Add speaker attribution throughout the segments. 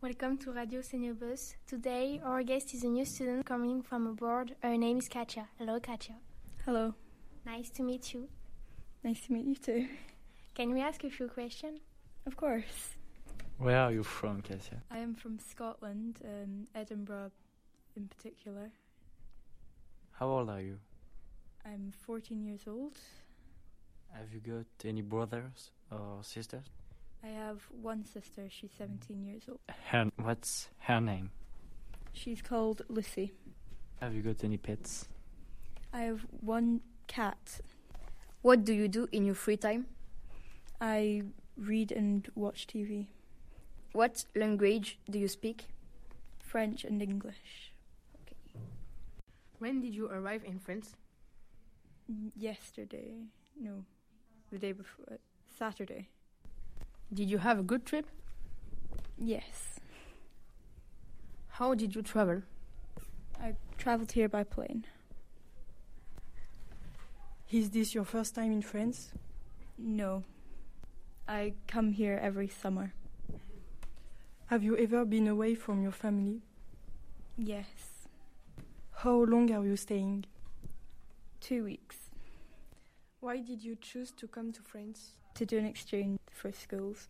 Speaker 1: Welcome to Radio Senobus. Today, our guest is a new student coming from abroad. Her name is Katja. Hello, Katja.
Speaker 2: Hello.
Speaker 1: Nice to meet you.
Speaker 2: Nice to meet you too.
Speaker 1: Can we ask a few questions?
Speaker 2: Of course.
Speaker 3: Where are you from, Katja?
Speaker 2: I am from Scotland, um, Edinburgh in particular.
Speaker 3: How old are you?
Speaker 2: I'm 14 years old.
Speaker 3: Have you got any brothers or sisters?
Speaker 2: I have one sister, she's 17 years old.
Speaker 3: Her, what's her name?
Speaker 2: She's called Lucy.
Speaker 3: Have you got any pets?
Speaker 2: I have one cat.
Speaker 4: What do you do in your free time?
Speaker 2: I read and watch TV,
Speaker 4: What language do you speak?
Speaker 2: French and English.
Speaker 5: When did you arrive in France?
Speaker 2: Mm, Yesterday, no, the day before, Saturday.
Speaker 5: Did you have a good trip?
Speaker 2: Yes.
Speaker 5: How did you travel?
Speaker 2: I travelled here by plane.
Speaker 6: Is this your first time in France?
Speaker 2: No. I come here every summer.
Speaker 6: Have you ever been away from your family?
Speaker 2: Yes.
Speaker 6: How long are you staying?
Speaker 2: Two weeks
Speaker 6: Why did you choose to come to France?
Speaker 2: to do an exchange for schools.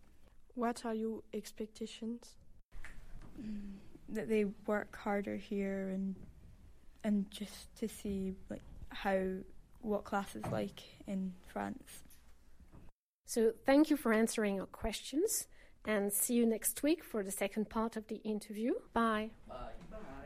Speaker 6: What are your expectations?
Speaker 2: Mm, that they work harder here and and just to see like how what class is like in France.
Speaker 7: So thank you for answering our questions and see you next week for the second part of the interview. Bye.
Speaker 3: Bye. Bye.